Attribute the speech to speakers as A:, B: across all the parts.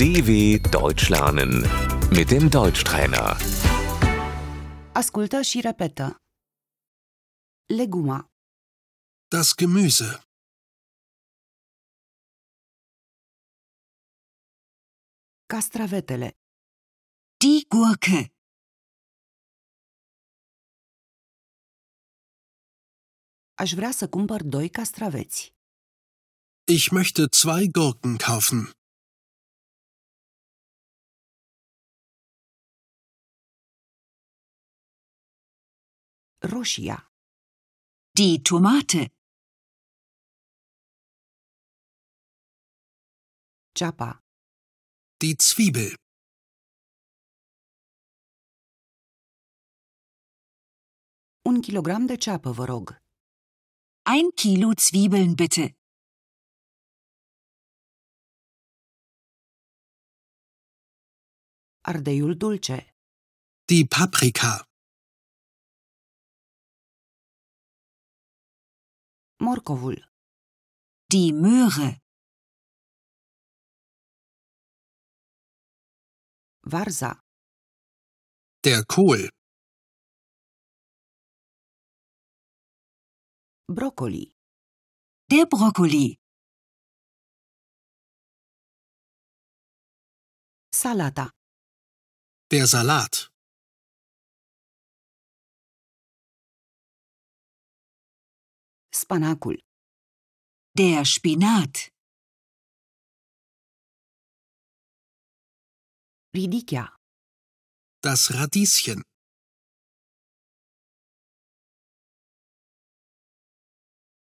A: DW Deutsch lernen mit dem Deutschtrainer.
B: Ascultă și repetă. Leguma,
C: Das Gemüse.
B: castravetele. Die Gurke. Aș vrea să cumpăr doi castraveți.
C: Ich möchte zwei Gurken kaufen.
B: Roșia. Die Tomate. Ceapa.
C: Die Zwiebel.
B: Un kilogram de ceapă, vă rog. Ein Kilo Zwiebeln bitte. Ardeiul dulce,
C: Die Paprika.
B: morcovul. Die Möhre. Varza,
C: Der Kohl.
B: broccoli. Der Broccoli. Salata,
C: Der Salat.
B: spanacul. Der Spinat. Ridichea.
C: Das Radieschen.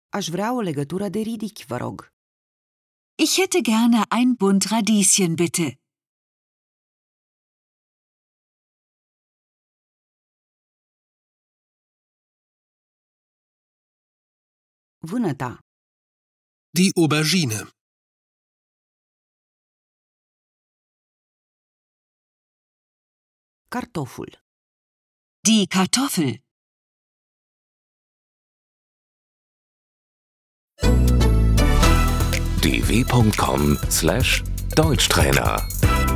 B: Aș vrea o legătură de ridichi, vă rog. Ich hätte gerne ein Bund Radieschen, bitte. Vânăta,
C: Die Aubergine.
B: cartoful. Die Kartoffel.
A: dw.com/deutschtrainer